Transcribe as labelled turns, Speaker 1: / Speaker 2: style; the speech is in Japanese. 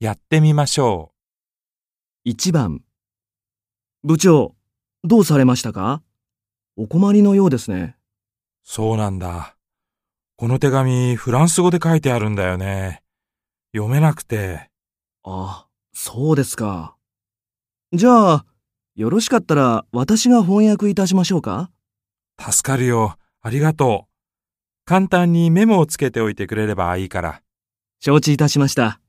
Speaker 1: やってみましょ
Speaker 2: 1番部長、どうされましたかお困りのようです
Speaker 1: う。
Speaker 2: ね。
Speaker 1: そうなんだ。この手紙、フランス語で書いてあるんだよね。読めなくて。
Speaker 2: あ、そうですか。じゃあ、よろしかったら私が翻訳いたしましょうか
Speaker 1: 助かるよ。ありがとう。簡単にメモをつけておいてくれればいいから。
Speaker 2: 承知いたしました。